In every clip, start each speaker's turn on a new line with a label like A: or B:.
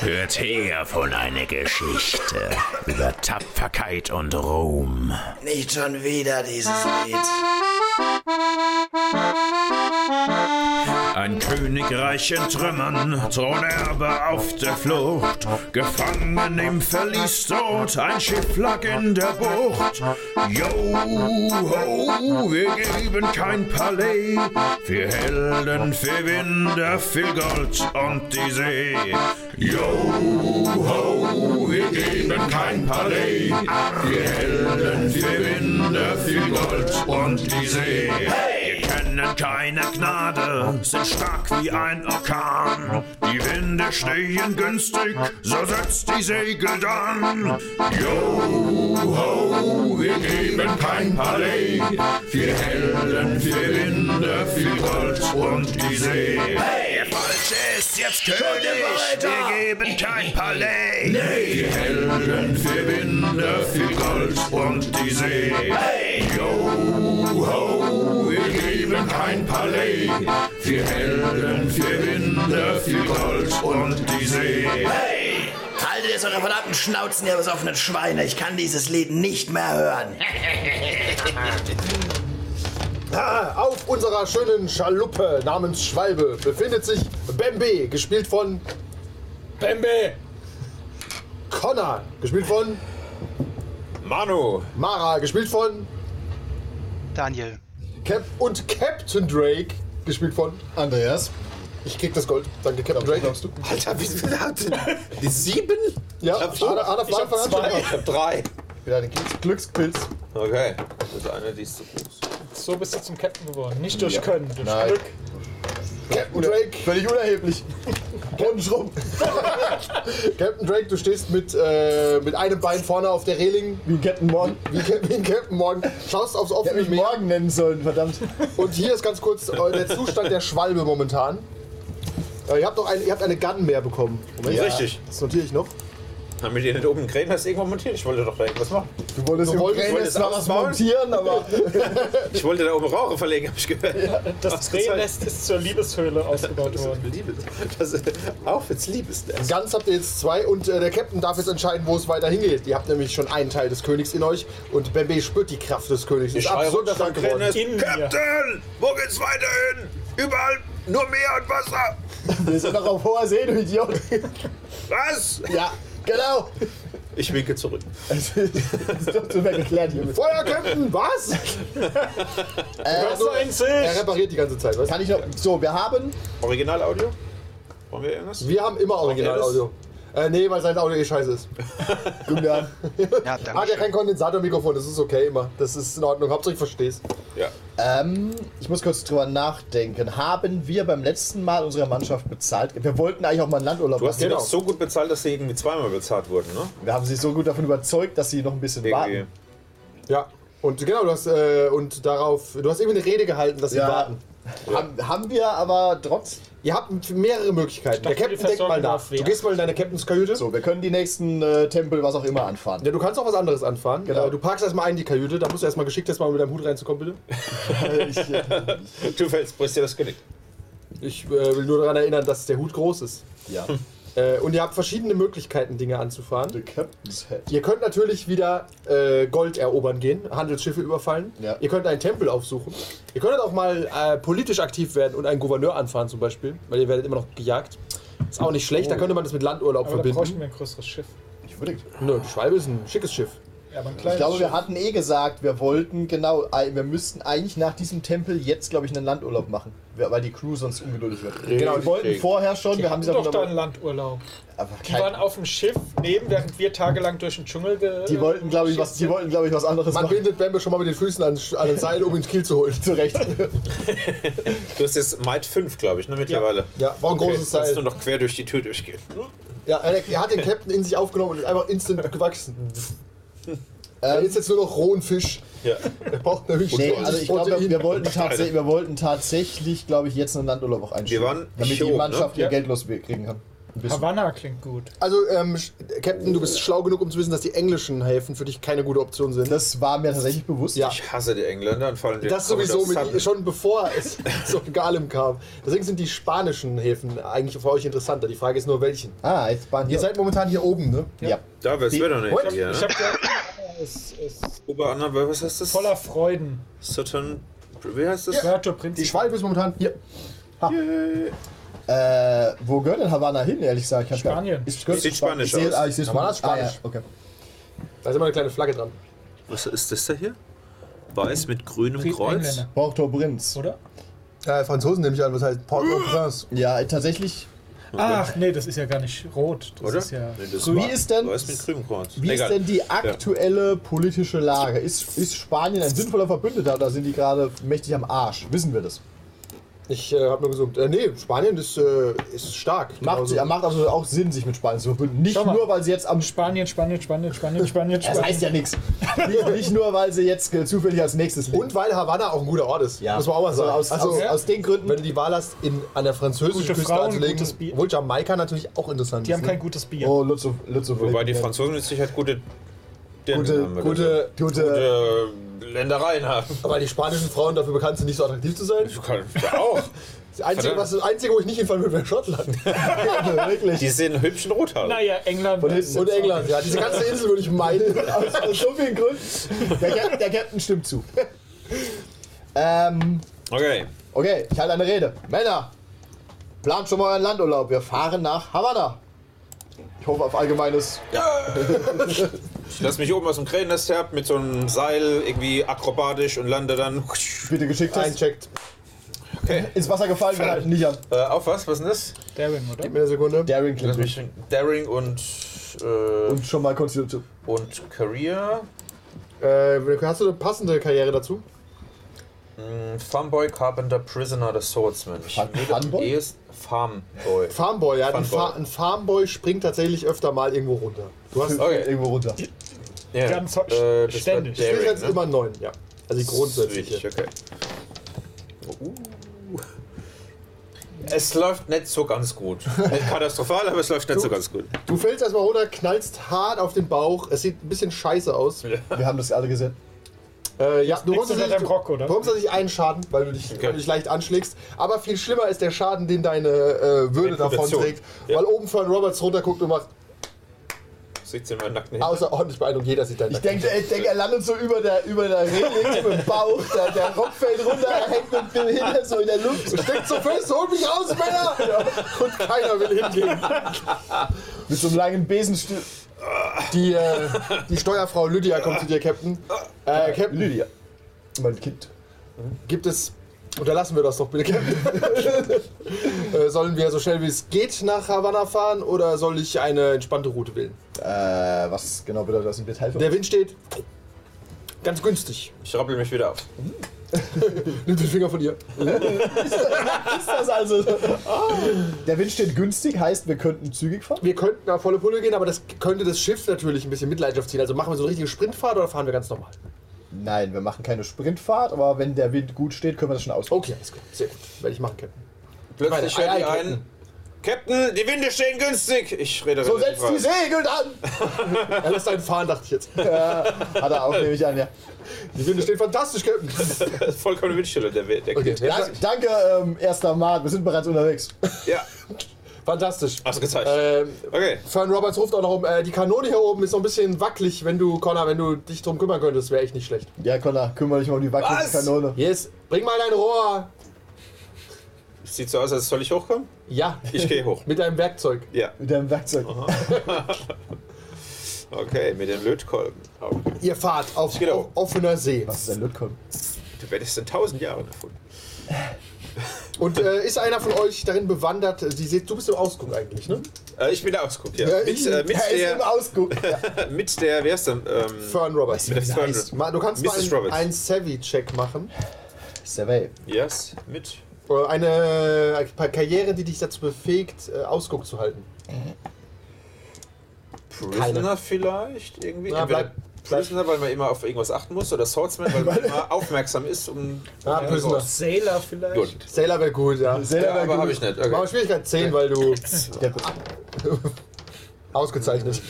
A: Hört her von einer Geschichte über Tapferkeit und Ruhm.
B: Nicht schon wieder dieses Lied.
A: Ein Königreich in Trümmern, Thronerbe auf der Flucht, gefangen im Verlies dort, ein Schiff lag in der Bucht. Yo, ho, wir geben kein Palais, für Helden, für Winde, viel Gold und die See. Yo, ho, wir geben kein Palais, für Helden, für Winde, viel Gold und die See. Wir kennen keine Gnade, sind stark wie ein Orkan. Die Winde stehen günstig, so setzt die Segel dann. Yo, ho, wir geben kein Palais. Wir Helden, wir Winde, viel Gold und die See. Der Falsche ist jetzt König, wir geben kein Palais. Nee. Wir Helden, wir Winde, viel Gold und die See. Yo, ho, wir geben kein Palais. Wir Helden, wir Winde, viel Gold und die See.
B: Hey! Haltet jetzt eure verdammten Schnauzen, ihr besoffenen Schweine. Ich kann dieses Lied nicht mehr hören.
C: Ah, Auf unserer schönen Schaluppe namens Schwalbe befindet sich Bembe, gespielt von
D: Bembe!
C: Connor, gespielt von
D: Manu!
C: Mara, gespielt von
E: Daniel.
C: Cap und Captain Drake, gespielt von
F: Andreas,
C: Ich krieg das Gold. Danke, Captain Drake. Glaubst du?
D: Alter, wie viel hat denn? Die sieben?
C: Ja,
D: ich hab, so,
C: Ada- Ada von
D: ich hab
C: Anfang an schon
D: zwei,
C: gemacht.
D: ich hab drei.
C: Wieder den Glückspilz.
D: Okay, das ist eine, die ist zu groß.
G: So bist du zum Captain geworden. Nicht durch Können, durch Glück.
C: Captain Drake.
F: völlig unerheblich.
C: Und rum. Captain Drake, du stehst mit, äh, mit einem Bein vorne auf der Reling.
F: Wie Captain Morgan.
C: Wie, Cap- wie ein Captain Morgan. Schaust aufs
F: Ich hätte
C: offene
F: mich
C: Meer.
F: Morgan nennen sollen, verdammt.
C: Und hier ist ganz kurz äh, der Zustand der Schwalbe momentan. Äh, ihr habt noch ein, ihr habt eine Gun mehr bekommen. Moment.
D: Ja. Richtig.
C: Das notiere ich noch.
D: Haben wir die nicht oben Krähen das irgendwann montiert? Ich wollte doch da irgendwas machen.
F: Du wolltest
C: Du
F: im
C: wolltest-
F: Krähen
D: wolltest
F: noch was
D: ausbauen?
F: montieren, aber
D: Ich wollte da oben Rohre verlegen, hab ich gehört.
G: Das Drehnest ist zur Liebeshöhle ausgebaut
D: halt Das ist
G: worden.
D: Liebes. Das ist auch jetzt Liebesnest.
C: Guns habt ihr jetzt zwei und äh, der Captain darf jetzt entscheiden, wo es weiter hingeht. Ihr habt nämlich schon einen Teil des Königs in euch und Bembe spürt die Kraft des Königs. Ist absurd stark geworden.
G: In mir.
D: Captain! Wo geht's weiter hin? Überall nur Meer und Wasser.
F: wir sind noch auf hoher See, du Idiot.
D: Was?
F: Ja, genau.
D: Ich winke zurück.
F: Das ist doch zu erklärt hier.
C: Feuer, Captain! Was? Äh, also,
G: Wasser in
C: Er
G: sich!
C: repariert die ganze Zeit, weißt
F: Kann ich noch. So, wir haben.
D: Originalaudio? Wollen wir irgendwas?
C: du? Wir haben immer Originalaudio. Äh, nee, weil sein Audio eh scheiße ist.
F: Julian.
E: Ja, danke.
C: Hat ja kein Kondensatormikrofon, das ist okay immer. Das ist in Ordnung, Hauptsache ich versteh's.
D: Ja.
F: Ähm, ich muss kurz drüber nachdenken. Haben wir beim letzten Mal unserer Mannschaft bezahlt? Wir wollten eigentlich auch mal einen Landurlaub
D: Du hast genau.
C: Genau.
D: die
F: machen.
D: doch so gut bezahlt, dass sie irgendwie zweimal bezahlt wurden, ne?
F: Wir haben sie so gut davon überzeugt, dass sie noch ein bisschen
D: Irgendwie.
F: warten.
C: Ja. Und genau, du hast, äh, und darauf, du hast eben eine Rede gehalten, dass sie
F: Ja.
C: warten.
F: Haben, haben wir aber trotz.
C: Ihr habt mehrere Möglichkeiten. Der
G: dachte,
C: Captain
G: die
C: denkt mal
G: versorgen
C: nach.
G: auf
C: Du
G: Wehr.
C: gehst mal in deine Captain's Kajüte.
F: So, wir können die nächsten äh, Tempel, was auch immer, anfahren.
C: Ja, du kannst auch was anderes anfahren.
F: Genau.
C: Äh, Du parkst erstmal ein in die Kajüte, da musst du erstmal geschickt erstmal mit deinem Hut reinzukommen, bitte.
F: Ich, äh,
D: Du fällst, brichst dir das Genick.
C: Ich äh, will nur daran erinnern, dass der Hut groß ist.
F: ja,
C: Äh, und ihr habt verschiedene Möglichkeiten, Dinge anzufahren.
F: the Captain's Head.
C: Ihr könnt natürlich wieder äh, Gold erobern gehen, Handelsschiffe überfallen.
F: Ja.
C: Ihr könnt einen Tempel aufsuchen. Ihr könnt auch mal äh, politisch aktiv werden und einen Gouverneur anfahren zum Beispiel, weil ihr werdet immer noch gejagt. Ist auch nicht schlecht,
F: Oh.
C: da könnte man das mit Landurlaub
G: Aber da brauchen
C: verbinden.
G: wir ein größeres Schiff.
F: Ich, würde,
C: Nö, die Schwalbe ist ein schickes Schiff.
G: Ja, aber ein
F: ich
G: kleines
F: glaube, wir
G: Schiff.
F: hatten eh gesagt, wir wollten, genau, äh, wir müssten eigentlich nach diesem Tempel jetzt, glaube ich, einen Landurlaub machen, wer- weil die Crew sonst ungeduldig wird. Genau, wir wollten vorher schon, wir haben sie
G: doch da
F: aber,
G: einen Landurlaub.
F: aber
G: Die waren
F: kein,
G: auf dem Schiff neben, während wir tagelang durch den Dschungel ge
F: die wollten, glaube ich, was, die wollten, glaube ich, was anderes
C: Man
F: machen.
C: bindet Bambe schon mal mit den Füßen an, an den Seil, um ihn ins Kiel zu holen.
F: Zu Recht.
D: Du hast jetzt Might 5, glaube ich, ne? Mittlerweile.
C: Ja, war ein großes
D: Kannst du
C: Seil.
D: noch quer durch die Tür durchgehen.
C: Ja, er, er hat den Captain in sich aufgenommen und ist einfach instant gewachsen. Er ist jetzt nur noch rohen Fisch.
D: Ja.
C: Er braucht nämlich
F: Ähm, Nee,
C: tolles
F: also ich glaube,
C: Protein.
F: wir wollten tatsächlich, wir wollten tatsächlich, glaube ich, jetzt einen Landurlaub auch einschieben,
D: Wir waren
F: damit die
D: Chirurg,
F: Mannschaft
D: ne?
F: ihr
D: Ja.
F: Geld loskriegen kann. ein bisschen.
G: Havanna klingt gut.
C: Also, ähm, Sch- äh, Captain, du bist schlau genug, um zu wissen, dass die englischen Häfen für dich keine gute Option sind.
F: Das war mir tatsächlich bewusst.
C: Ja.
D: Ich hasse die Engländer und fallen
C: Das sowieso mit, schon bevor es zu Galem kam. Deswegen sind die spanischen Häfen eigentlich für euch interessanter. Die Frage ist nur, welchen.
F: Ah, jetzt waren ihr seid momentan hier oben, ne? Ja.
D: Da wär's wir doch nicht
C: What?
D: hier,
G: Ich
D: ne?
G: hab gehört, Havanna ist, ist
D: Oberanna, was heißt das?
G: voller Freuden.
D: Sutton. Wie heißt das?
G: Puerto
F: Die
G: Príncipe.
F: Schwalbe ist momentan hier. Ha. Äh, wo gehört denn Havanna hin, ehrlich gesagt? Ich hab gar-
G: Spanien.
F: Ist, gehört-
D: Sieht spanisch
F: ich
D: aus.
F: sehe, Ah, ich sehe
C: Havanna ist
F: Ah, ja,
C: spanisch.
F: okay.
C: Da ist immer eine kleine Flagge dran.
D: Was ist das da hier? Weiß mit grünem
G: Pri-
D: Kreuz?
G: Engländer,
F: Porto Prince.
G: Oder?
C: Ja, Äh, Franzosen nehme ich an, was heißt Port-au-Prince.
F: Ja, tatsächlich.
G: Ach nee, das ist ja gar nicht rot. Das
D: Oder?
G: ist ja.
D: Nee, das
F: Wie
D: war-
F: ist denn-
D: Weiß mit grünem Kreuz.
F: Wie
D: Egal.
F: ist denn die aktuelle politische Lage? Ist, ist Spanien ein sinnvoller Verbündeter oder sind die gerade mächtig am Arsch? Wissen wir das?
C: Ich äh, habe nur gesummt. Äh, nee, Spanien ist, äh, ist stark.
F: Macht,
C: Genauso.
F: sie- macht also auch Sinn, sich mit Spanien zu verbünden. Nicht
G: Schau mal.
F: nur, weil sie jetzt am Sp
G: Spanien, Spanien, Spanien, Spanien, Spanien,
F: Das
G: Spanien.
F: heißt ja nichts. nicht, nicht nur, weil sie jetzt äh, zufällig als nächstes liegt.
C: Und weil Havanna auch ein guter Ort ist. Muss man auch mal sagen.
F: Also aus,
C: also,
F: aus, aus den Gründen.
C: wenn du die Wahl hast, in, an der französischen
G: Gute
C: Küste
G: Frauen,
C: anzulegen,
G: gutes Bier.
C: obwohl Jamaika natürlich auch interessant
G: Die
C: ist. ne?
G: haben kein gutes Bier.
F: Oh, Lutzow, Lutzow.
D: Wobei die Franzosen mit Sicherheit gute.
F: Gute,
D: Dirnen haben oder
F: gute, äh, gute.
D: so. Gute Ländereien haben.
C: ne? Weil die spanischen Frauen dafür bekannt sind, nicht so attraktiv zu sein.
D: Du kannst ja auch.
C: Das Einzige,
D: Verdammt.
C: was, das Einzige wo ich nicht hinfallen würde, wäre Schottland.
F: Wirklich.
D: Die sehen hübsch in rot aus.
G: Naja, England. ist-
C: Und England, ja. Diese ganze Insel würde ich meiden.
F: aus, aus so vielen Gründen. Der, Cap- der Captain stimmt zu. ähm,
D: Okay.
F: okay, ich halte eine Rede. Männer, plant schon mal euren Landurlaub. Wir fahren nach Havanna. Ich hoffe auf allgemeines.
D: Ich lass mich oben aus dem Krähennest herab mit so einem Seil irgendwie akrobatisch und lande dann.
F: Bitte geschickt hast.
C: Eincheckt.
F: Ins Wasser gefallen, wir halten nicht an.
D: Äh, auf was? Was ist denn das?
G: Darren, oder?
C: Gib mir eine Sekunde.
F: Daring
D: Lass
F: klingt
D: mich Daring und. Äh,
F: Und schon mal Konstitution.
D: und Career.
C: Äh, hast du eine passende Karriere dazu?
D: Farmboy, Carpenter, Prisoner, der Swordsman. Ich
F: Fa-
D: würde am
F: Farmboy?
D: ehesten Farmboy.
C: Farmboy, ja. Ein,
D: Farmboy.
C: Fa ein Farmboy springt tatsächlich öfter mal irgendwo runter. Du hast
D: Okay.
F: Irgendwo runter.
D: Ja.
G: Ganz
D: äh, das war
G: ständig.
D: Daring,
C: Daring, jetzt
D: ne?
C: halt immer neun, ja. Also die
D: Richtig,
C: grundsätzliche.
D: okay. Oh, uh. Es läuft nicht so ganz gut. Nicht katastrophal, aber es läuft nicht so ganz gut.
C: Du fällst erstmal runter, knallst hart auf den Bauch. Es sieht ein bisschen scheiße aus.
F: Wir haben das alle gesehen.
C: Äh, ja, du
G: nix
C: bekommst
G: unter
C: tatsächlich-
G: deinem Rock, oder?
C: Du bekommst tatsächlich einen Schaden, weil du dich, weil du dich leicht anschlägst. Aber viel schlimmer ist der Schaden, den deine äh, Würde davon
D: Reputation.
C: trägt.
D: Ja.
C: Weil oben von Roberts runterguckt und macht
D: Sieht sie in meinen Nacken hin.
C: außerordentlich beeindruckend. Jeder sieht deinen
F: Ich
C: Nacken.
F: denke, ich denk, er landet so über der, über der Reling mit dem Bauch, der, der Rock fällt runter, er hängt mit dem Hintern so in der Luft.
C: Steckt so fest, hol mich raus, Männer! Und keiner will hingehen.
F: Mit so einem langen Besenstiel.
C: Die, äh, die Steuerfrau Lydia kommt zu dir, Captain. Äh, Captain,
F: Lydia. Mein Kind.
C: gibt es. Unterlassen wir das doch bitte, Captain. äh, sollen wir so schnell wie es geht nach Havanna fahren oder soll ich eine entspannte Route wählen?
F: Äh, was genau bedeutet das im Detail für
C: Der Wind steht ganz günstig.
D: Ich rappel mich wieder auf.
C: Nimm den Finger von ihr.
F: ist das also? Der Wind steht günstig, heißt, wir könnten zügig fahren.
C: Wir könnten auf volle Pulle gehen, aber das könnte das Schiff natürlich ein bisschen Mitleidenschaft ziehen. Also machen wir so eine richtige Sprintfahrt oder fahren wir ganz normal?
F: Nein, wir machen keine Sprintfahrt, aber wenn der Wind gut steht, können wir das schon aus.
C: Okay, alles klar. Sehr gut. Werde ich machen, Captain.
D: Plötzlich
C: Meine
D: höre ich
C: Ei- Ei-
D: ein. Captain, die Winde stehen günstig! Ich rede
F: So,
D: relativ
F: setzt die
D: weit.
F: Segel an!
C: Er lässt einen fahren, dachte ich jetzt.
F: Hat er auch, nehme ich an, ja.
C: Die Winde stehen fantastisch, Captain.
D: Das ist Vollkommen Windstille, der, der
C: Okay,
D: Captain.
F: Da, danke, ähm, erster Mart, wir sind bereits unterwegs.
D: Ja.
C: fantastisch.
D: Hast du gezeigt.
C: Ähm,
D: okay.
C: Fern Roberts ruft auch noch um, äh, die Kanone hier oben ist noch ein bisschen wackelig, wenn du, Connor, wenn du dich drum kümmern könntest, wäre echt nicht schlecht.
F: Ja, Connor, kümmere dich mal um die wackelige
D: Was?
F: Kanone.
C: Yes, bring mal dein Rohr.
D: Sieht so aus, als soll ich hochkommen?
C: Ja,
D: Ich gehe hoch.
C: mit deinem Werkzeug.
D: Ja.
F: Mit deinem Werkzeug.
D: Okay, mit dem Lötkolben. Okay.
C: Ihr fahrt auf,
D: gehe
C: auf
D: hoch.
C: offener See.
F: Was ist ein Lötkolben?
D: Du werdest in tausend Jahren erfunden.
C: Und äh, ist einer von euch darin bewandert? Die seht, du bist im Ausguck eigentlich, ne?
D: Äh, ich bin der Ausguck, ja.
C: Ja,
D: mit, äh, mit,
F: Er ist im
D: der,
F: Ausguck. Ja.
D: mit der, wer ist denn? Ähm,
C: Fern Roberts.
D: mit der Fern-
C: Ma- Du kannst
D: Mrs.
C: mal
D: Roberts.
C: einen Savvy-Check machen.
F: Survey.
D: Yes, mit.
C: Oder eine äh, Karriere, die dich dazu befähigt, äh, Ausguck zu halten.
D: Prisoner vielleicht? Irgendwie?
C: Na,
D: Entweder
C: bleib-
D: Prisoner, weil man immer auf irgendwas achten muss oder Swordsman, weil man immer aufmerksam ist. Um
C: Ah,
D: Ja,
C: Prisoner.
D: so.
H: Sailor vielleicht?
D: Gut.
C: Sailor wäre gut, ja.
F: Selber
D: Ja, aber habe ich nicht.
C: Machen wir
D: Okay.
C: Schwierigkeit 10, weil du.
F: Der-
C: Ausgezeichnet.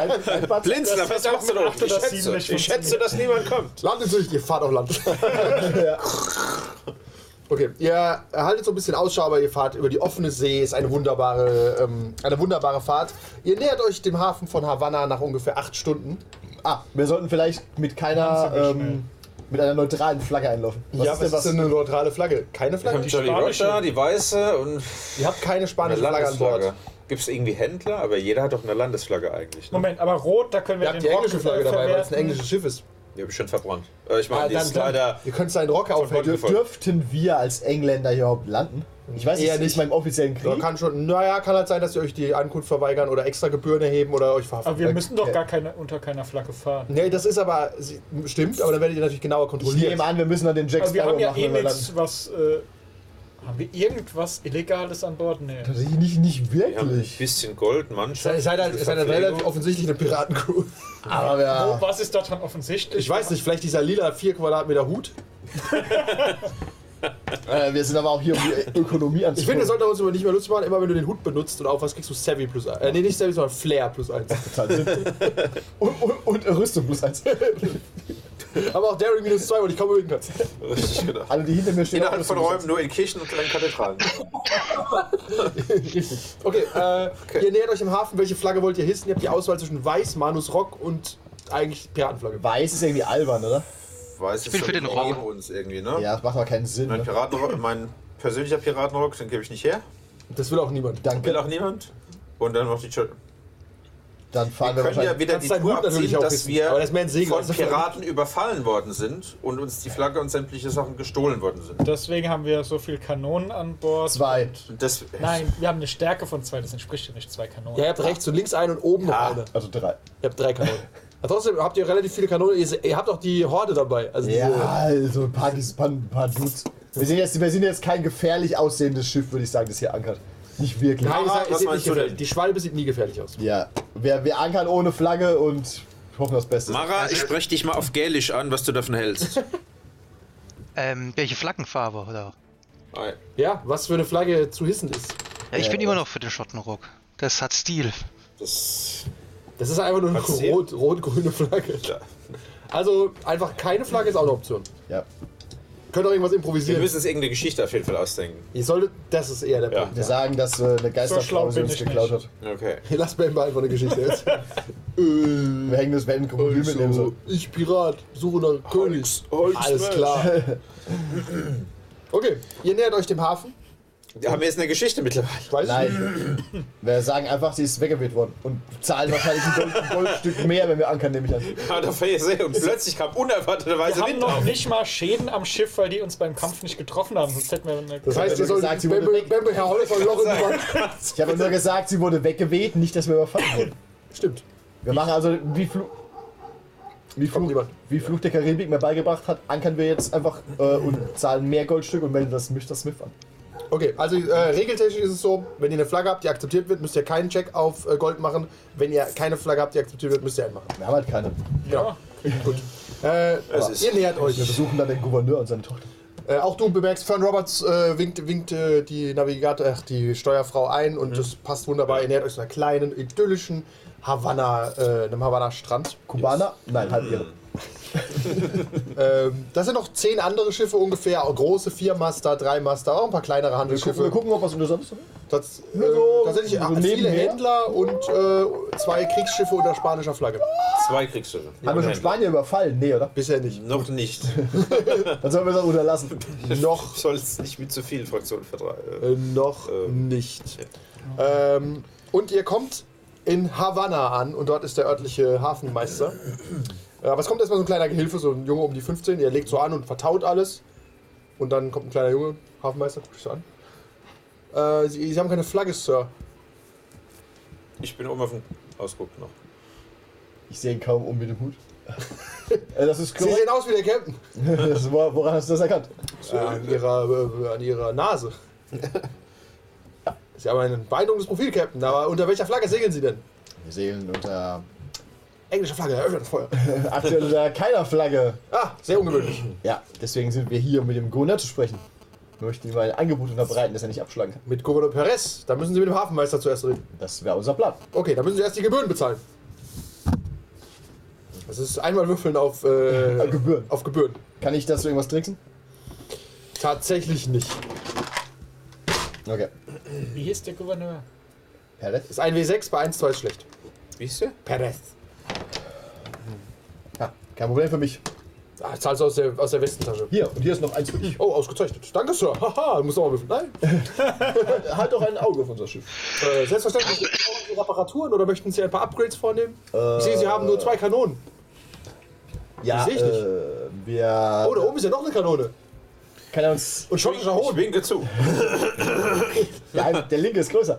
F: ein, ein Batzen-
D: Blinzler, was machst du doch? Ich
G: dass sieben
D: schätze,
G: nicht
D: ich schätze, dass niemand kommt.
C: Landet durch, ihr fahrt auf Land. Okay, ihr haltet so ein bisschen Ausschau, aber ihr fahrt über die offene See, ist eine wunderbare, ähm, eine wunderbare Fahrt. Ihr nähert euch dem Hafen von Havanna nach ungefähr acht Stunden.
F: Ah, wir sollten vielleicht mit keiner,
G: Ganz schön
F: ähm, mit einer neutralen Flagge einlaufen. Was ist denn was?
C: eine neutrale Flagge? Keine Flagge?
D: Die Jolly Roger, die weiße und
C: Ihr habt keine
D: eine
C: spanische Flagge an Bord.
D: Landesflagge. Gibt es irgendwie Händler? Aber jeder hat doch eine Landesflagge eigentlich. Ne?
G: Moment, aber rot, da können wir
C: Ihr habt die
G: den Rock
C: englische Flagge dabei, weil es ein
G: verwerten.
C: englisches Schiff ist.
D: Die habe ich schon verbrannt. Äh, ich meine,
C: Ah,
D: die
C: dann-
D: ist
C: dann-
D: leider.
C: Ihr könnt seinen Rock aufhängen.
D: Hollywood.
C: Dürft-
F: Dürften wir als Engländer hier überhaupt landen? Ich weiß
C: Eher
F: es
C: nicht.
F: nicht mal im offiziellen
C: Ja,
F: Krieg.
C: kann schon, naja, kann halt sein, dass ihr euch die Ankunft verweigern oder extra Gebühren erheben oder euch verhaften.
G: Aber wir müssen doch gar keine, unter keiner Flagge fahren.
C: Nee, das ist aber, sie- stimmt, aber dann werdet ihr natürlich genauer
F: ich
C: kontrolliert.
F: nehme an, wir müssen dann den Jack
G: Also wir
F: Sparrow
G: haben ja
F: machen,
G: eh
F: wenn wir
G: nichts, was. Äh, haben wir irgendwas Illegales an Bord? Nee.
F: landen. Tatsächlich nicht, nicht
D: Wir haben ein
F: wirklich.
D: bisschen Gold,
C: Ihr
D: Mannschaft.
C: seid halt, ihr seid halt
D: Verpflegung.
C: relativ offensichtlich eine Piratencrew.
F: Aber
G: Wo,
F: wir,
G: Oh, was ist daran offensichtlich?
C: Ich weiß nicht, vielleicht dieser lila 4 Quadratmeter Hut.
F: äh, wir sind aber auch hier, um die Ökonomie anzupassen.
C: Ich finde, wir sollten uns über nicht mehr lustig machen. Immer wenn du den Hut benutzt und auf was kriegst du Savvy plus 1. Äh, nee, nicht Savvy, sondern Flair plus 1.
F: und, und, und Also, Rüstung plus eins.
C: aber auch Daring minus 2, weil ich kaum üben kann.
D: Richtig, genau.
F: Alle, die hinter mir stehen,
D: Innerhalb
F: Rüstung
D: von
F: plus
D: Räumen nur in Kirchen und kleinen Kathedralen.
C: Okay, äh, ihr nähert euch im Hafen. Welche Flagge wollt ihr hissen? Ihr habt die Auswahl zwischen Weiß, Manus Rock und eigentlich Piratenflagge.
F: eins. Weiß ist irgendwie albern, oder?
D: Weiß ich
E: bin für den Rock.
D: uns irgendwie, ne?
F: Ja, das macht aber keinen Sinn.
D: Mein
F: Ne?
D: Piratenrock, mein persönlicher Piratenrock, den gebe ich nicht her.
C: Das will auch niemand. Genau.
D: Will
F: Danke.
D: auch niemand. Und dann noch die Jolly
F: Dann fahren wir,
D: Wir können ja
F: wahrscheinlich.
D: wieder
C: Kannst
D: die
C: deinen
D: Tour
C: Hut natürlich
D: abziehen,
C: auch
D: dass
C: wissen,
D: wir
C: aber das ist mehr ein Segel als
D: von
C: eine Flagge.
D: Piraten überfallen worden sind und uns die Flagge und sämtliche Sachen gestohlen worden sind.
G: Deswegen haben wir so viel Kanonen an Bord.
F: zwei.
D: Und Das,
G: Nein, wir haben eine Stärke von zwei, das entspricht ja nicht zwei Kanonen.
C: Ja, ihr habt rechts und links eine und oben noch eine.
F: Also drei.
C: Ihr habt drei Kanonen. Aber trotzdem habt ihr relativ viele Kanonen. Ihr, se- ihr habt auch die Horde dabei. Also
F: Ja,
C: diese,
F: also ein paar, ein paar, ein paar Dudes. Wir sind, jetzt, wir sind jetzt kein gefährlich aussehendes Schiff, würde ich sagen, das hier ankert. Nicht wirklich.
C: Nein, ihr
D: Mara,
C: seid- ihr
D: was
C: seht nicht
D: meinst du
C: gefährlich.
D: denn?
C: Die Schwalbe sieht nie gefährlich aus.
F: Ja, wir, wir ankern ohne Flagge und hoffen das Beste.
D: Mara, ich spreche dich mal auf Gälisch an, was du davon hältst.
E: Ähm, welche Flaggenfarbe oder?
C: Ja, was für eine Flagge zu hissen ist.
E: Ja, ich bin immer noch für den Schottenrock. Das hat Stil.
D: Das,
C: Das ist einfach nur eine
D: Hat's gesehen?
C: rot- rot-grüne Flagge. Also einfach keine Flagge ist auch eine Option.
F: Ja.
C: Könnt ihr irgendwas
D: wir
C: improvisieren.
D: müssen uns irgendeine Geschichte auf jeden Fall ausdenken.
C: ihr solltet, das ist eher der
D: Ja.
C: Punkt.
F: Wir sagen, dass äh, eine
G: So schlau
F: Geisterfrau sie
G: bin
F: uns
G: ich
F: geklaut
G: nicht.
F: hat.
D: Okay.
C: Ihr lasst mir einfach eine Geschichte jetzt.
F: Wir hängen das Wenden Krokodil mitnehmen
C: also,
F: so.
C: ich Pirat, suche nach Königs. Alles klar. Okay, ihr nähert euch dem Hafen.
D: Haben wir jetzt eine Geschichte mittlerweile?
C: Weiß ich nicht.
F: Nein. wir sagen einfach, sie ist weggeweht worden. Und zahlen wahrscheinlich ein Gold, ein Goldstück mehr, wenn wir ankern, nehme ich an.
D: Ja, da und plötzlich kam
G: Wir
D: unerwarteterweise
G: haben
D: Wind
G: noch
D: auf.
G: nicht mal Schäden am Schiff, weil die uns beim Kampf nicht getroffen haben. Sonst hätten wir eine
C: Das heißt, ihr
F: Ja,
C: solltet
F: gesagt, sie wurde
C: Bembe,
F: weg.
C: Bembe Herr Holle von Loch in die Wand.
F: Ich habe nur gesagt, sie wurde weggeweht, nicht, dass wir überfallen wurden.
C: Stimmt.
F: Wir machen also, wie, Flu wie, Fluch,
C: niemand.
F: wie Fluch der Karibik mir beigebracht hat, ankern wir jetzt einfach äh, und zahlen mehr Goldstück und melden das Mr. Smith an.
C: Okay, also äh, regeltechnisch ist es so, wenn ihr eine Flagge habt, die akzeptiert wird, müsst ihr keinen Check auf äh, Gold machen. Wenn ihr keine Flagge habt, die akzeptiert wird, müsst ihr einen machen.
F: Wir haben halt keine.
C: Genau. Gut. Äh,
D: Es ist-
C: ihr nähert
F: Wir
C: euch.
F: besuchen dann den Gouverneur und seine Tochter.
C: Äh, auch du bemerkst, Fern Roberts äh, winkt, winkt äh, die Navigator, ach, die Steuerfrau ein
F: Mhm.
C: und das passt wunderbar. Ihr nähert euch so einer kleinen, idyllischen Havanna, äh, einem Havanna-Strand.
F: Kubaner? Nein, halb ihre.
C: Ähm, das sind noch zehn andere Schiffe ungefähr, große Viermaster, Dreimaster, auch ein paar
F: Wir
C: kleinere
F: gucken, wir
C: Handelsschiffe.
F: gucken, ob was Interessantes ist.
C: Tats äh,
F: Nur so-
C: tatsächlich
F: so
C: äh, viele
F: nebenher?
C: Händler und äh, zwei Kriegsschiffe unter spanischer Flagge.
D: Zwei Kriegsschiffe.
F: Haben wir schon Spanien überfallen? Nee, oder?
C: Bisher nicht.
D: Noch nicht.
F: Dann sollen wir das unterlassen.
C: Noch,
D: Sollst nicht mit zu vielen Fraktionen vertragen.
C: äh, noch nicht. Ähm, und ihr kommt in Havanna an und dort ist der örtliche Hafenmeister. Äh, Aber es kommt erstmal so ein kleiner Gehilfe, so ein Junge um die 15, der legt so an und vertaut alles. Und dann kommt ein kleiner Junge, Hafenmeister, guck dich so an. Äh, Sie, Sie haben keine Flagge, Sir.
D: Ich bin oben auf dem Ausguck noch.
F: Ich sehe ihn kaum um mit dem Hut. Äh, das ist
C: Sie
F: korrekt.
C: sehen aus wie der Captain.
F: Das war, woran hast du das erkannt?
C: Äh, an, ihrer, äh, an ihrer Nase. Sie haben ein beeindruckendes Profil, Captain, aber unter welcher Flagge segeln Sie denn?
F: Wir segeln unter
C: Englische Flagge, eröffnet das Feuer.
F: Aktuell unter keiner Flagge.
C: Ah, sehr ungewöhnlich.
F: Ja, deswegen sind wir hier, um mit dem Gouverneur zu sprechen. Ich möchte ihm ein Angebot unterbreiten, dass er nicht abschlagen kann.
C: Mit Gouverneur Perez, da müssen Sie mit dem Hafenmeister zuerst reden.
F: Das wäre unser Plan.
C: Okay, da müssen Sie erst die Gebühren bezahlen. Das ist einmal würfeln auf, äh,
F: Gebühren.
C: auf Gebühren.
F: Kann ich dazu irgendwas tricksen?
C: Tatsächlich nicht.
F: Okay.
G: Wie hieß der Gouverneur?
F: Perez?
C: Ist ein W6, bei 1, 2 ist schlecht.
D: Wie ist der?
C: Perez.
F: Ah, kein Problem für mich.
C: Ah, zahlst du aus der, aus der Westentasche.
F: Hier, und hier ist noch eins für dich.
C: Oh, ausgezeichnet. Danke, Sir. Haha, muss nochmal würfeln. Nein.
F: Halt doch ein Auge auf unser Schiff.
C: Äh, selbstverständlich. Brauchen Sie Reparaturen oder möchten Sie ein paar Upgrades vornehmen? ich sehe, Sie haben nur zwei Kanonen.
F: Ja,
C: seh ich nicht.
F: äh, wir...
C: Oh, da oben ist ja noch eine Kanone.
F: Kann er uns...
C: Und schottischer
D: Oh, Ich
C: Hohn.
D: winke zu.
F: Ja, der linke ist größer.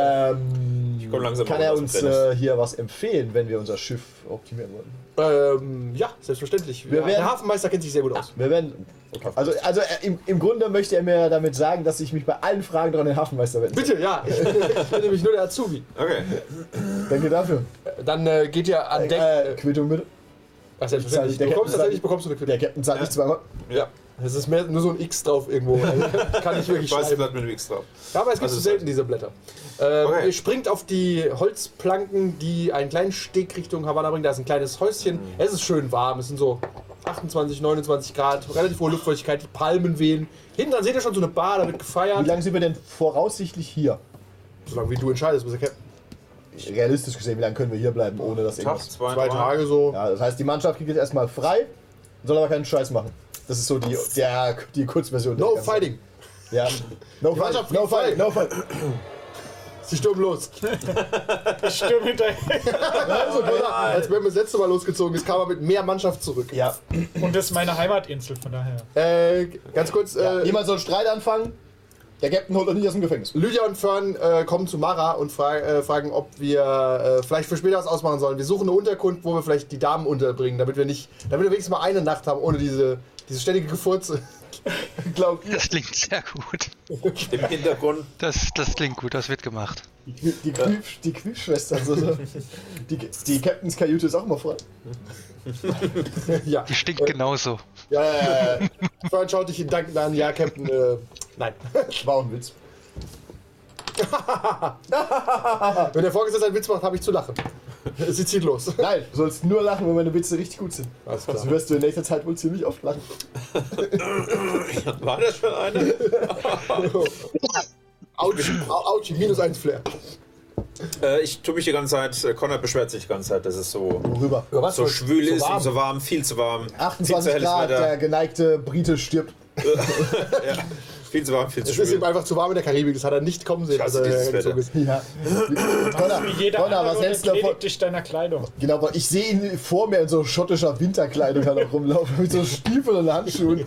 F: Ähm,
D: komm langsam
F: kann
D: mal
F: er
D: raus,
F: uns
D: Dennis.
F: äh, hier was empfehlen, wenn wir unser Schiff optimieren wollen?
C: Ähm, ja, selbstverständlich.
F: Wir
C: ja,
F: werden-
C: der Hafenmeister kennt sich sehr gut aus.
F: Wir werden... Also, also er, im, im Grunde möchte er mir damit sagen, dass ich mich bei allen Fragen dran an den Hafenmeister wenden soll.
C: Bitte, ja. Ich bin, ich bin nämlich nur der Azubi.
D: Okay.
F: Danke dafür.
C: Dann äh, geht ihr an Deck.
F: Äh, Quittung bitte.
C: Ach, selbstverständlich.
F: der
C: Du bekommst
F: Captain-
C: tatsächlich bekommst du eine
F: Der
C: Quittung.
F: Captain zahlt nicht zweimal.
C: Ja. Es ist mehr, nur so ein X drauf irgendwo. Also, Kann ich wirklich
D: Weißes
C: schreiben.
D: Blatt mit dem X drauf.
C: Ja, aber es gibt
D: Also
C: so
D: es-
C: selten diese Blätter. Ähm,
D: Okay.
C: Ihr springt auf die Holzplanken, die einen kleinen Steg Richtung Havanna bringen. Da ist ein kleines Häuschen.
F: Mhm.
C: Es ist schön warm. Es sind so 28, 29 Grad. Relativ hohe Luftfeuchtigkeit. Die Palmen wehen. Hinten dran seht ihr schon so eine Bar. Da wird
F: Wie
C: gefeiert.
F: lange sind wir denn voraussichtlich hier?
C: Solange wie du entscheidest, bist du Captain.
F: Realistisch gesehen, wie lange können wir hier bleiben, ohne dass
D: Tag,
F: irgendwas...
D: zwei,
C: Zwei
D: drei.
C: Tage so.
F: Ja, das heißt, die Mannschaft kriegt jetzt erstmal frei, soll aber keinen Scheiß machen. Das ist so die, der, die Kurzversion. der
C: No
F: ganzen-
C: fighting.
F: Ja. No
C: Mannschaft
F: fight, no
C: kriegt
F: fight,
C: frei.
F: no fight.
C: Sie stürmen los.
G: Ich stürm hinterher.
C: Also, Gunnar, als wenn man das letzte Mal losgezogen ist, kam er mit mehr Mannschaft zurück.
F: Ja.
G: Und das ist meine Heimatinsel, von daher.
C: Äh, ganz kurz,
F: ja.
C: äh,
F: Niemand soll Streit anfangen. Der Captain holt uns nicht aus dem Gefängnis.
C: Lydia und Fern äh, kommen zu Mara und fra äh, fragen, ob wir äh, vielleicht für später was ausmachen sollen. Wir suchen eine Unterkunft, wo wir vielleicht die Damen unterbringen, damit wir nicht, damit wir wenigstens mal eine Nacht haben, ohne diese, diese ständige Gefurze. Glaub,
E: Das klingt sehr gut.
D: Im Hintergrund.
E: Das, das klingt gut, das wird gemacht.
F: Die, die, Kühl, die Kühlschwestern. So, so. Die, die Captains Kajüte ist auch immer frei.
C: ja.
E: Die stinkt genauso.
C: ja, ja,
F: Äh,
C: ja. Fern schaut dich in Danken an. Ja, Captain, äh, nein.
F: War ein Witz.
C: Wenn der Vorgesetzte einen Witz macht, habe ich zu lachen. Sie zieht los.
F: Nein, du sollst nur lachen, wenn meine Witze richtig gut sind.
C: Alles klar.
F: Sonst wirst du in nächster Zeit wohl ziemlich oft lachen.
D: War das schon eine?
C: Autsch, au- Autsch, minus eins Flair.
D: Äh, ich tue mich die ganze Zeit, äh, Connor beschwert sich die ganze Zeit, dass es so,
F: Worüber?
D: so schwül ist
C: warm.
D: und so warm, viel zu warm. viel zu
F: 28
D: helles
F: Grad, der
D: Wetter.
F: geneigte Brite stirbt.
D: Viel zu warm, viel zu
C: Es ist ihm
D: schwül.
C: einfach zu warm in der Karibik, das hat er nicht kommen sehen, als er
D: Scheiße, dieses
C: hergezogen ist.
D: Wetter.
F: Ja. Donner,
G: Wie jeder
F: Donner was
G: andere
F: hältst du davon?
G: entkleidet dich deiner Kleidung.
F: Genau, weil ich sehe ihn vor mir in so schottischer Winterkleidung kann er rumlaufen, mit so Stiefeln und Handschuhen.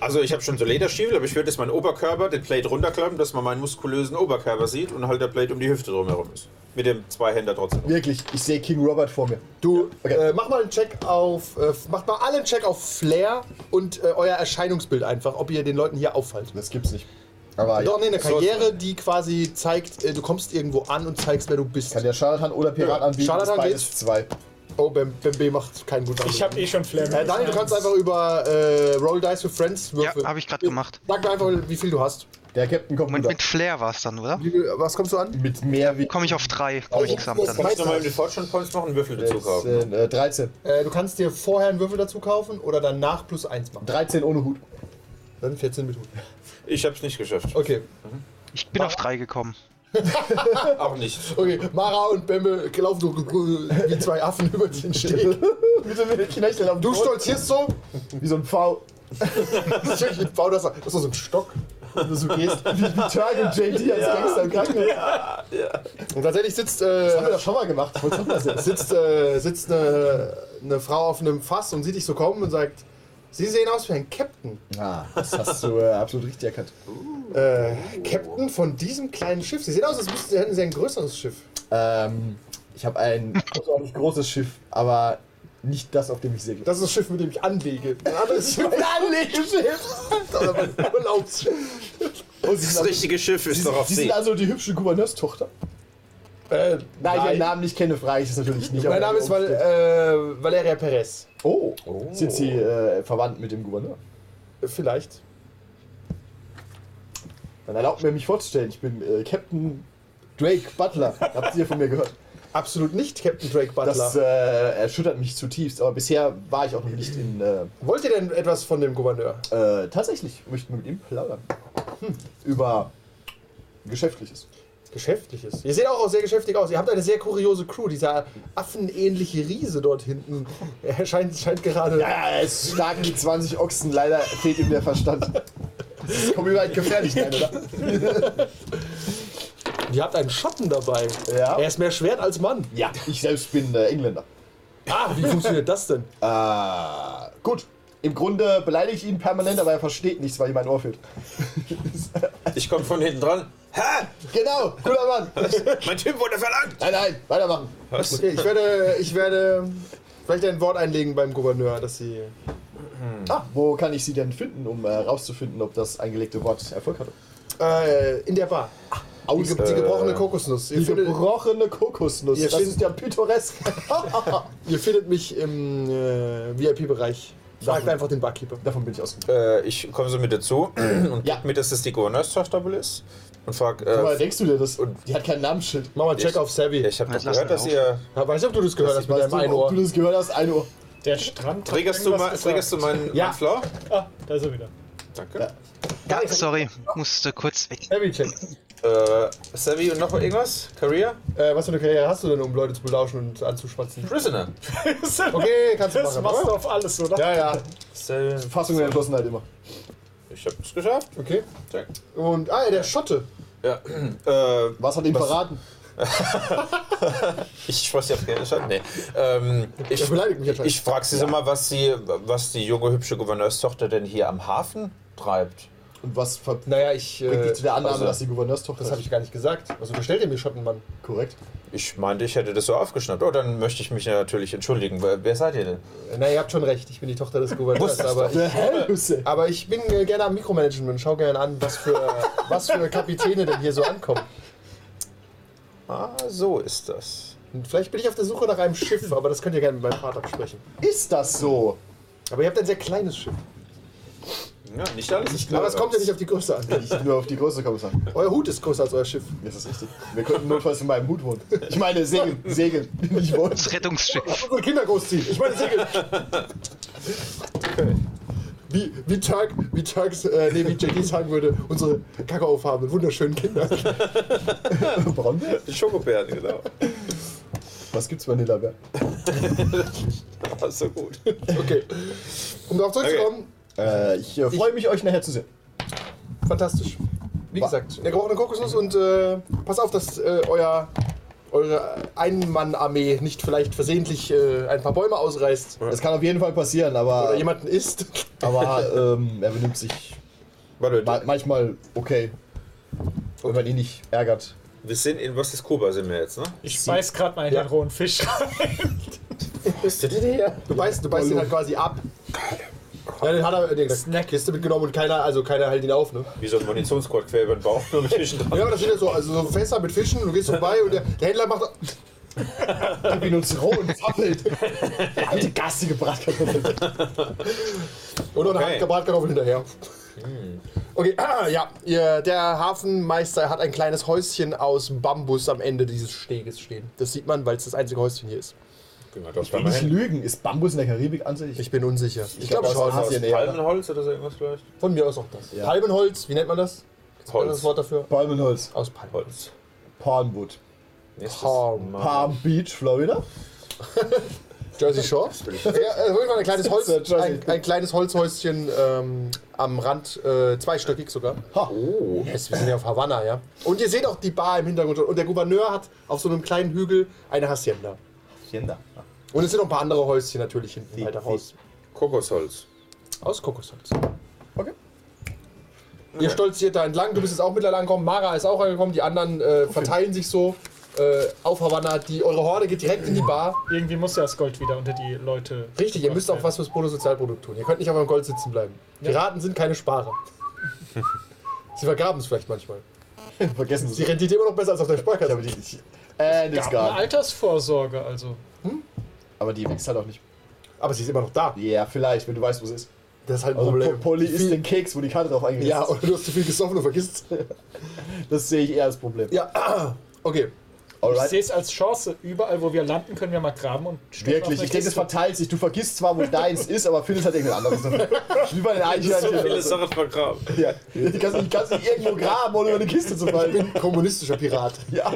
D: Also ich habe schon so Lederstiefel, aber ich würde jetzt meinen Oberkörper, den Plate runterklappen, dass man meinen muskulösen Oberkörper sieht und halt der Plate um die Hüfte drumherum ist. Mit dem zwei Händen trotzdem.
F: Wirklich, ich sehe King Robert vor mir.
C: Du,
F: Okay.
C: äh, mach mal einen Check auf, äh, macht mal alle einen Check auf Flair und äh, euer Erscheinungsbild einfach, ob ihr den Leuten hier auffallt.
F: Das gibt's nicht. Aber ja.
C: Doch, nee, eine Karriere, die quasi zeigt, äh, du kommst irgendwo an und zeigst, wer du bist.
F: Kann der Scharlatan oder Pirat
C: Ja,
F: anbieten?
C: Scharlatan
F: ist beides
C: geht's.
F: zwei.
C: Oh, Bem, Bem B macht keinen guten
G: Ich habe eh schon Flair.
C: äh, Daniel, du kannst einfach über äh, Roll Dice with Friends
E: Ja,
C: würfeln.
E: habe ich gerade gemacht.
C: Sag mir einfach, wie viel du hast.
F: Der Captain kommt
E: Moment,
F: rüber.
E: mit Flair war es dann, oder?
C: Wie viel- Was kommst du an?
F: Mit mehr wie
E: Komme ich auf drei, komme ich
C: Also,
E: gesamt dann.
D: Kannst du nochmal den Fortune Points machen, Würfel dazu kaufen?
F: 13, äh, 13.
C: Äh, du kannst dir vorher einen Würfel dazu kaufen oder danach plus eins machen.
F: 13 ohne Hut.
C: Dann 14 mit Hut.
D: Ich habe es nicht geschafft.
C: Okay.
E: Ich bin auf drei gekommen.
D: Auch nicht.
C: Okay, Mara und Bemme laufen so wie zwei Affen über den Steg.
F: Mit so einem Knöchel am
C: Du
F: Boden.
C: stolzierst so,
F: Wie so ein V.
C: das ist wirklich ein Bau, das das ist so ein Stock.
F: Wenn du so gehst. Wie wie Dragon JD als Gangster im Krankenhaus.
C: Und tatsächlich sitzt,
F: Haben wir
C: äh,
F: das schon mal gemacht? Ich wollte das jetzt.
C: sitzt, äh, sitzt eine, eine Frau auf einem Fass und sieht dich so kommen und sagt, Sie sehen aus wie ein Captain.
F: Ah, das hast du äh, absolut richtig erkannt.
C: Äh, Captain von diesem kleinen Schiff. Sie sehen aus, als müssten Sie, hätten Sie ein größeres Schiff.
F: Ähm, ich habe ein außerordentlich großes Schiff, aber nicht das, auf dem ich segle.
C: Das ist das Schiff, mit dem ich anlege. Ein anderes Schiff. Ein Anlegeschiff. Das ist aber ein Urlaubsschiff.
F: Und sie
D: Das richtige Schiff ist doch auf
F: Sie
D: See.
F: sind also die hübsche Gouverneurstochter. Da
C: Äh,
F: ich
C: nein,
F: ihren Namen nicht kenne, frage ich es natürlich nicht.
C: mein
F: aber
C: Name ist Val äh, Valeria Perez.
F: Oh, sind Sie äh, verwandt mit dem Gouverneur?
C: Vielleicht.
F: Dann erlaubt mir, mich vorzustellen. Ich bin äh, Captain Drake Butler. Habt ihr von mir gehört?
C: Absolut nicht Captain Drake Butler.
F: Das äh, erschüttert mich zutiefst, aber bisher war ich auch noch nicht in. Äh,
C: Wollt ihr denn etwas von dem Gouverneur?
F: äh, tatsächlich, ich möchte mit ihm plaudern. Hm. Über Geschäftliches.
C: Geschäftliches. Ihr seht auch, auch sehr geschäftig aus. Ihr habt eine sehr kuriose Crew. Dieser affenähnliche Riese dort hinten er scheint, scheint gerade.
F: Ja, er ist stark wie 20 Ochsen, leider fehlt ihm der Verstand. Das ist copyright gefährlich, nein, oder?
C: Ihr habt einen Schatten dabei.
F: Ja.
C: Er ist mehr Schwert als Mann.
F: Ja, ich selbst bin äh, Engländer.
C: Ah, wie funktioniert das denn?
F: Äh, gut. Im Grunde beleidige ich ihn permanent, aber er versteht nichts, weil ihm ein Ohr fehlt.
D: Ich komme von hinten dran. Ha!
F: Genau, guter Mann.
D: Mein Typ wurde verlangt!
F: Nein, nein, weitermachen.
D: Was?
C: Okay, ich werde, ich werde vielleicht ein Wort einlegen beim Gouverneur, dass sie.
F: Ah, wo kann ich sie denn finden, um äh, rauszufinden, ob das eingelegte Wort Erfolg hatte?
C: Äh, in der Bar. Die, ge die gebrochene Kokosnuss. Ihr
F: äh, Die
C: findet,
F: gebrochene Kokosnuss.
C: Ihr
F: Das
C: findet-
F: ist ja pittoresk.
C: ihr findet mich im äh, VIP-Bereich. Fragt einfach den Barkeeper.
F: Davon bin ich ausgegangen.
D: Äh, ich komme so mit dazu und
F: Ja.
D: ja. mir, dass das die Gouverneurstochter wohl ist. Und frag,
F: Aber
D: äh,
F: denkst du dir das? Die hat kein Namensschild.
C: Mach mal einen Check
D: Ich-
C: auf Savvy.
D: ja, ich habe
E: Lass
D: doch gehört,
E: ihn
D: dass ihr.
C: Ja, weiß nicht, ob du das gehört hast mit deinem
F: Weißt
C: einen
F: du, ob
C: Ohr.
F: du das gehört hast? Ein Ohr.
G: Der Strand. hat
D: Trägerst du,
G: irgendwas
D: mal,
G: gesagt.
D: trägerst du meinen
C: Ja.
D: meinen Floor?
G: Ah, da ist er wieder.
D: Danke.
E: Ja, sorry, musste kurz weg.
C: Savvy-Check.
D: Äh, Savvy und noch irgendwas? Career?
C: Äh, was für eine Karriere hast du denn, um Leute zu belauschen und anzuschwatzen?
D: Prisoner.
C: Okay, kannst du
G: Das
C: machen.
G: machst du
C: oder?
G: auf alles, oder?
C: Ja, ja.
F: Fassung der Entschlossenheit immer.
D: Ich habe es geschafft.
C: Okay.
D: Check.
C: Und, ah, der Schotte.
D: Ja. Äh,
F: Was hat ihm verraten?
D: ich weiß nicht, ob der schon. Nee. Ähm, ich,
C: Der beleidigt mich anscheinend.
D: ich frage sie so mal, was, sie, was die junge, hübsche Gouverneurstochter denn hier am Hafen treibt.
F: Und was verbringt
C: Naja, ich. Äh,
F: dich zu der Annahme,
D: also-
F: dass die Gouverneurstochter
C: das habe ich gar nicht gesagt. Also gestellt ihr mir Schottenmann.
F: Korrekt.
D: Ich meinte, ich hätte das so aufgeschnappt. Oh, dann möchte ich mich natürlich entschuldigen. Wer, wer seid ihr denn?
C: Naja, ihr habt schon recht. Ich bin die Tochter des Gouverneurs.
D: Wusstest
C: Aber ich,
F: Hä? Hüsse?
C: aber ich bin äh, gerne am Mikromanagen und schau gerne an, was für, was für Kapitäne denn hier so ankommen.
D: Ah, so ist das.
C: Und vielleicht bin ich auf der Suche nach einem Schiff, aber das könnt ihr gerne mit meinem Vater besprechen.
F: Ist das so?
C: Aber ihr habt ein sehr kleines Schiff.
D: Ja, nicht alles ist klar.
C: Aber es kommt ja nicht auf die Größe an.
F: Ich bin nur auf die Größe Kommissar.
C: Euer Hut ist größer als euer Schiff.
F: Das ist richtig. Wir könnten notfalls in meinem Hut wohnen. Ich meine, segeln, segeln. Ich wohne.
E: Das Rettungsschiff.
C: Unsere Kinder großziehen. Ich meine, Segel. Wie, wie Turk, wie Turks, äh, nee, wie JD sagen würde, unsere Kakaofarben, wunderschönen Kinder.
F: Braunbär?
D: Die Schokobären, genau.
F: Was gibt's Vanillabär?
D: Das ist so gut.
C: Okay. Um darauf zurückzukommen,
F: Äh, ich äh, freue mich, euch nachher zu sehen.
C: fantastisch. Wie
F: Wa-
C: gesagt, der gebrochene Kokosnuss und äh, pass auf, dass äh, euer, eure Ein-Mann-Armee nicht vielleicht versehentlich äh, ein paar Bäume ausreißt
F: Das kann auf jeden Fall passieren, aber,
C: oder jemanden isst.
F: aber ähm, er benimmt sich
D: Warte,
F: ma manchmal okay. Wenn man ihn nicht ärgert.
D: wir sind in, was ist Kuba, sind wir jetzt, ne?
G: Ich beiß gerade mal in den rohen Fisch rein.
D: Bist du denn her?
C: Du beißt, du beißt ihn halt quasi ab. Ja, den hat er in der
G: Snack.
C: Kiste mitgenommen und keiner, also keiner hält ihn auf, ne?
D: Wie so ein Munitionsquad quer über den Bauch, nur mit Fischen dran.
C: Ja, aber das sind ja so, also so Fässer mit Fischen, du gehst vorbei und der, der Händler macht.
F: Gib ihn uns roh und zappelt. Alte garstige Bratkartoffel.
C: Und noch eine
D: Okay.
C: okay. Bratkartoffel hinterher. Okay, ah, ja, ihr, der Hafenmeister hat ein kleines Häuschen aus Bambus am Ende dieses Steges stehen. Das sieht man, weil es das einzige Häuschen hier ist.
D: Gehen wir doch da mal
F: Nicht
D: hin.
F: lügen. Ist Bambus in der Karibik ansässig?
C: Ich bin unsicher. Ich,
F: glaub,
C: glaube
F: aus
C: schon.
F: Asien. eher,
D: Palmenholz oder so irgendwas vielleicht?
C: Von mir aus auch ne? das.
F: Ja.
C: Palmenholz, wie nennt man das? Gibt's ein
D: Holz.
C: anderes Wort dafür?
F: Palmenholz.
C: Aus Palmen.
D: Holz.
F: Palmwood.
D: Nächstes
C: Palm.
D: Mal.
F: Palm Beach, Florida.
C: Jersey Shore. ja, äh, auf jeden Fall ein kleines, Holz,
F: Sir Jersey.
C: ein, ein kleines Holzhäuschen ähm, am Rand, äh, zweistöckig sogar.
F: Ha.
C: Yes, wir sind ja auf Havanna, ja. Und ihr seht auch die Bar im Hintergrund. schon. Und der Gouverneur hat auf so einem kleinen Hügel eine Hacienda. Und es sind noch ein paar andere Häuschen natürlich hinten weiter raus.
D: Kokosholz.
C: Aus Kokosholz.
F: Okay.
C: Ihr stolziert da entlang. Du bist jetzt auch mittlerweile angekommen. Mara ist auch angekommen. Die anderen äh, verteilen sich so äh, auf Havanna. Die, eure Horde geht direkt in die Bar.
G: Irgendwie muss ja das Gold wieder unter die Leute.
C: Richtig, ihr müsst auch was fürs Bruttosozialprodukt tun. Ihr könnt nicht auf eurem Gold sitzen bleiben. Piraten sind keine Sparer. Sie vergraben es vielleicht manchmal.
F: Vergessen
C: Die
F: Sie.
C: Rendite immer noch besser als auf der Sparkasse.
F: Aber die, Äh, ich, And it's
G: Gab eine
F: gone.
G: Altersvorsorge, also.
F: Aber die wächst halt auch nicht.
C: Aber sie ist immer noch da.
F: Ja, yeah, vielleicht, wenn du weißt, wo es ist.
C: Das ist halt ein
F: Also
C: Problem.
F: Po- Polly isst
C: Viel-
F: den Keks, wo die Karte drauf eingesetzt
C: Ja,
F: ist.
C: oder du hast zu viel gesoffen und vergisst
F: Das sehe ich eher als Problem.
C: Ja, okay.
G: Ich sehe
F: Alright.
G: es als Chance. Überall, wo wir landen, können wir mal graben und stürmen
F: Wirklich,
G: auf eine
F: ich denke, es
G: Kiste.
F: verteilt sich. Du vergisst zwar, wo deins ist, aber findest halt irgendein anderes. Wie bei den Eichhörnchen.
D: So
F: oder
D: viele
F: so.
D: Sachen vergraben.
F: Ja. Du kannst nicht, kannst nicht irgendwo graben, ohne über eine Kiste zu
C: Ich
F: fallen.
C: bin kommunistischer Pirat.
F: Ja.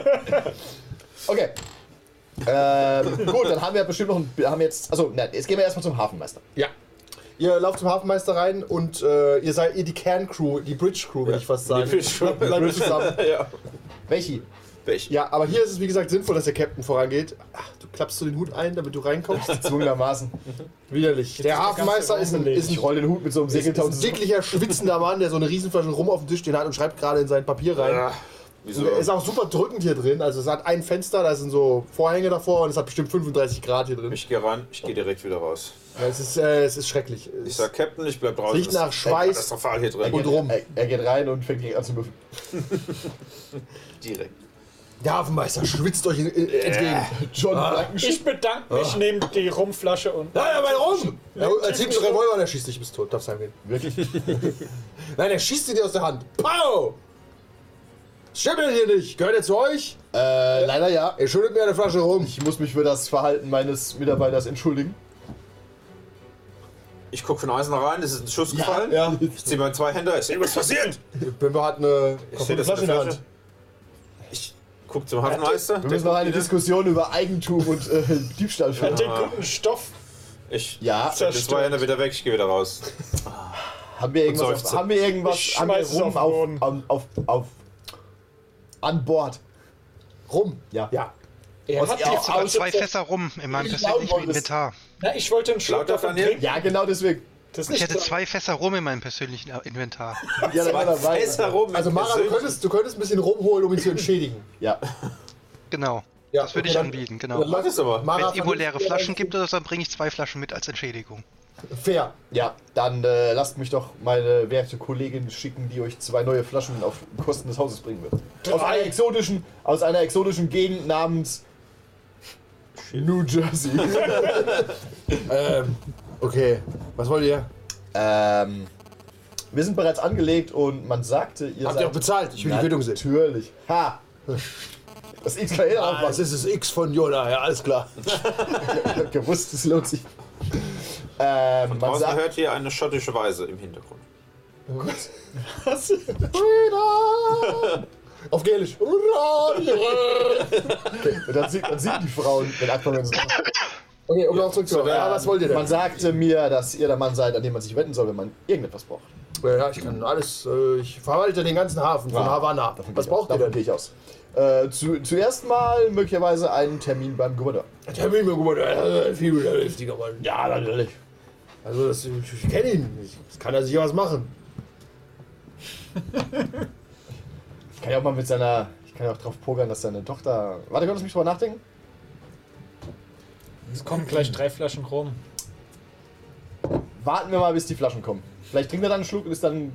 F: Okay. Ähm, gut, dann haben wir bestimmt noch ein. Haben wir jetzt, also, nein, jetzt gehen wir erstmal zum Hafenmeister.
C: Ja. Ihr lauft zum Hafenmeister rein und äh, ihr seid ihr die Can-Crew, die Bridge-Crew, würde ich fast sagen.
D: Die Bridge Crew.
C: Bleibt ihr zusammen.
D: Ja,
F: Welche?
D: Pech.
C: Ja, aber hier ist es wie gesagt sinnvoll, dass der Captain vorangeht. Ach, du klappst du den Hut ein, damit du reinkommst?
F: Gezwungenermaßen.
C: Widerlich. Der
G: ist der
C: Hafenmeister
G: ganze
C: ist ein,
G: Raum
C: ist ein,
F: Ich roll den Hut mit so einem
C: ist ein
F: Segeltausend.
C: dicklicher, schwitzender Mann, der so eine Riesenflasche rum auf dem Tisch stehen hat und schreibt gerade in sein Papier rein.
D: Ah,
C: Und
D: Wieso?
C: er Ist auch super drückend hier drin. Also es hat ein Fenster, da sind so Vorhänge davor und es hat bestimmt 35 Grad hier drin.
D: Ich gehe ran, ich gehe direkt wieder raus.
C: Ja, es, ist, äh, es ist schrecklich. Es
D: Ich sag Captain, ich bleib draußen.
C: Riecht
D: Das ist
C: nach Schweiß.
D: Katastrophal hier drin.
C: Und rum.
F: Er, er geht rein und fängt gleich an zu würfeln.
D: direkt.
C: Der Hafenmeister schwitzt euch in, in,
F: Äh.
C: entgegen.
F: John Frankenstein.
G: Ich bedanke mich, nehme die Rumflasche und.
C: Nein, aber rum! Er er zieht einen Revolver und er schießt dich bis tot. Darfst angehen.
F: Wirklich?
C: Nein, er schießt sie dir aus der Hand. Pow! Schimmelt hier nicht! Gehört er zu euch?
F: Äh, leider ja.
C: Ihr schüttet mir eine Flasche rum.
F: Ich muss mich für das Verhalten meines Mitarbeiters entschuldigen.
D: Ich guck von außen rein, es ist ein Schuss gefallen.
F: ja.
D: Ich zieh meinen Zweihänder, ist irgendwas passiert?
C: Bimbo hat eine
D: Ich seh,
C: kaputte
D: das ist
C: äh, Flasche in
D: eine
C: der
D: Flasche.
C: Hand.
D: Ich guck zum Hafenmeister.
F: Wir
C: ne? mhm.
D: der
F: müssen noch
D: guckt
F: eine
D: wieder.
F: Diskussion über Eigentum und äh, Diebstahl führen.
G: Den guten Stoff.
D: Ich
F: Ja.
D: ja, den Zweihänder wieder weg, ich gehe wieder raus.
F: Haben wir irgendwas, auf,
D: seufze.
F: haben wir irgendwas
G: Ich
F: haben wir
G: schmeiß es
F: rum
G: auf den
F: auf, auf, auf, auf an Bord?
C: Rum.
F: Ja.
C: Ja.
G: Er hat die
F: auch
G: Flasche
F: aus-
E: Zwei
G: vor-
E: Fässer rum in meinem
F: Ich
E: persönlichen
F: glaub, das-
E: Inventar.
G: Na, ich wollte einen Schluck
D: Lauter
G: davon
D: Daniel?
G: trinken.
F: Ja, genau deswegen.
G: Das ist
E: Ich
G: nicht
E: hätte
G: so-
E: zwei Fässer rum in meinem persönlichen äh, Inventar.
F: Ja, da war dabei.
D: Fässer rum.
C: Also Mara, du könntest, du könntest ein bisschen rumholen, um ihn zu entschädigen.
F: Ja.
E: Genau.
C: Ja,
E: Das würde
C: okay,
E: ich
C: dann-
E: anbieten,
C: dann
E: genau.
C: läuft-
D: es aber.
E: Wenn
C: Mara
E: es irgendwo leere
C: vernünftig-
E: Flaschen gibt oder so, dann bringe ich zwei Flaschen mit als Entschädigung.
C: Fair.
F: Ja, dann äh, lasst mich doch meine werte Kollegin schicken, die euch zwei neue Flaschen auf Kosten des Hauses bringen wird. Aus einer exotischen, aus einer exotischen Gegend namens New Jersey.
C: Ähm, okay. Was wollt ihr?
F: ähm, wir sind bereits angelegt und man sagte, ihr
C: Habt ihr auch bezahlt? Ich will die Quittung sehen.
F: Natürlich. Ha! Das ist kein
C: Ah, es
F: Aufwand.
C: ist das X von Yoda, ja, alles klar.
F: Ich hab gewusst, es lohnt sich. Ähm, man
D: Draußen
F: sagt, Oh
D: hört ihr eine schottische Weise im Hintergrund.
C: Auf Gälisch.
F: und dann sieht, dann sieht die Frauen, wenn Aquaman so
C: Okay, um noch zurückzukommen. Ja, was wollt ihr denn?
F: Man sagte mir, dass ihr der Mann seid, an dem man sich wenden soll, wenn man irgendetwas braucht.
C: Ja, ich kann alles. Äh, ich verwalte den ganzen Hafen von
F: Ja.
C: Havanna.
F: Davon gehe
C: Was
F: ich
C: braucht
F: aus.
C: ihr
F: Davon gehe
C: denn?
F: ich aus. Äh, zu, zuerst mal möglicherweise einen Termin beim Gouverneur.
C: Termin mir gut, äh, viel heftiger Mann. Ja, natürlich. Also, das, ich, ich kenne ihn. Ich, das kann er sich was machen.
F: Ich kann ja auch mal mit seiner. Ich kann ja auch drauf pokern, dass seine Tochter. Warte, könntest du mich drüber nachdenken?
G: Es kommen gleich drei Flaschen rum.
F: Warten wir mal, bis die Flaschen kommen. Vielleicht trinkt er dann einen Schluck und ist dann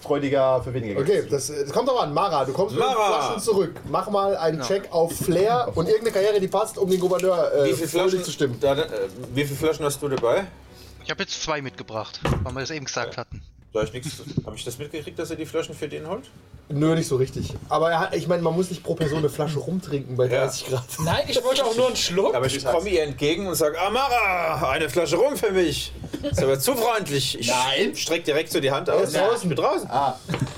F: freudiger für weniger
C: Okay, das, äh, das kommt doch an. Mara, du kommst mit den
D: Mara!
C: Flaschen zurück. Mach mal einen
E: Genau.
C: Check auf Flair und irgendeine Karriere, die passt, um den Gouverneur äh,
D: Wie viele Flaschen,
C: fröhlich zu stimmen.
D: Da, äh, wie viele Flaschen hast du dabei?
E: Ich habe jetzt zwei mitgebracht, weil wir das eben gesagt hatten.
D: Da ich nichts. Habe ich das mitgekriegt, dass ihr die Flaschen für den holt?
C: Nö, nicht so richtig. Aber er hat, ich meine, man muss nicht pro Person eine Flasche rumtrinken bei
D: Ja.
C: 30 Grad.
G: Nein, ich wollte auch nur einen Schluck.
D: Aber ich komme ihr entgegen und sage, Amara, eine Flasche rum für mich. Ist aber zu freundlich. Ich
F: Nein.
D: Streck direkt so die Hand
C: Er
D: aus.
C: ist draußen.
D: Ich bin draußen.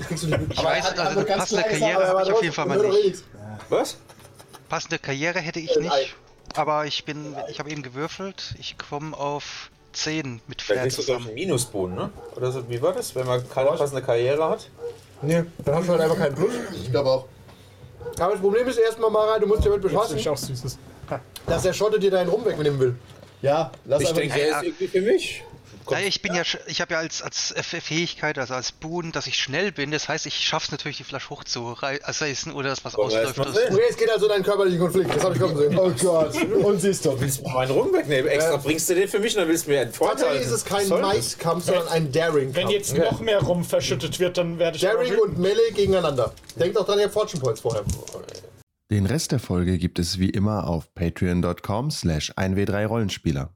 C: Kriegst du nicht
E: Ich weiß, also eine passende Karriere habe ich auf jeden Fall mal nicht.
D: Was?
E: Passende Karriere hätte ich nicht. Aber ich bin, ich habe eben gewürfelt. Ich komme auf 10 mit
D: Da
E: Flair
D: kriegst du doch
E: zusammen.
D: einen Minusboden, ne? Oder so, wie war das? Wenn man keine passende Karriere hat?
C: Nee, dann hast du halt einfach keinen Plus.
F: Ich glaube auch.
C: Aber das Problem ist erstmal, Mara, du musst damit
G: Das ist
C: befassen,
G: auch Süßes.
C: dass der Schotte dir deinen Rum wegnehmen will.
F: Ja, lass
D: Ich
F: einfach
D: denke, er
E: ja.
D: ist irgendwie für mich.
E: Naja, ich bin ja, sch- ich habe ja als, als äh, Fähigkeit, also als Boon, dass ich schnell bin. Das heißt, ich schaff's natürlich, die Flasche hochzureißen oder dass was ausläuft.
D: erst mal
E: Das-
D: sehen.
C: Okay, es geht also in einen körperlichen Konflikt, das habe ich kommen sehen.
F: Oh Gott.
E: halt-
F: Und sie ist tot.
D: Meinen Rum wegnehmen. Extra bringst du den für mich, dann willst du mir einen Vorteil.
C: Tatsächlich ist es kein
D: Soll das?
C: Nice-Kampf, sondern ein
G: Wenn
C: Daring-Kampf.
G: jetzt noch mehr rum verschüttet wird, dann werde ich.
C: Daring und Melee gegeneinander. Denkt auch dran, ihr habt Fortune Points vorher.
H: Den Rest der Folge gibt es wie immer auf patreon.com slash 1w3rollenspieler.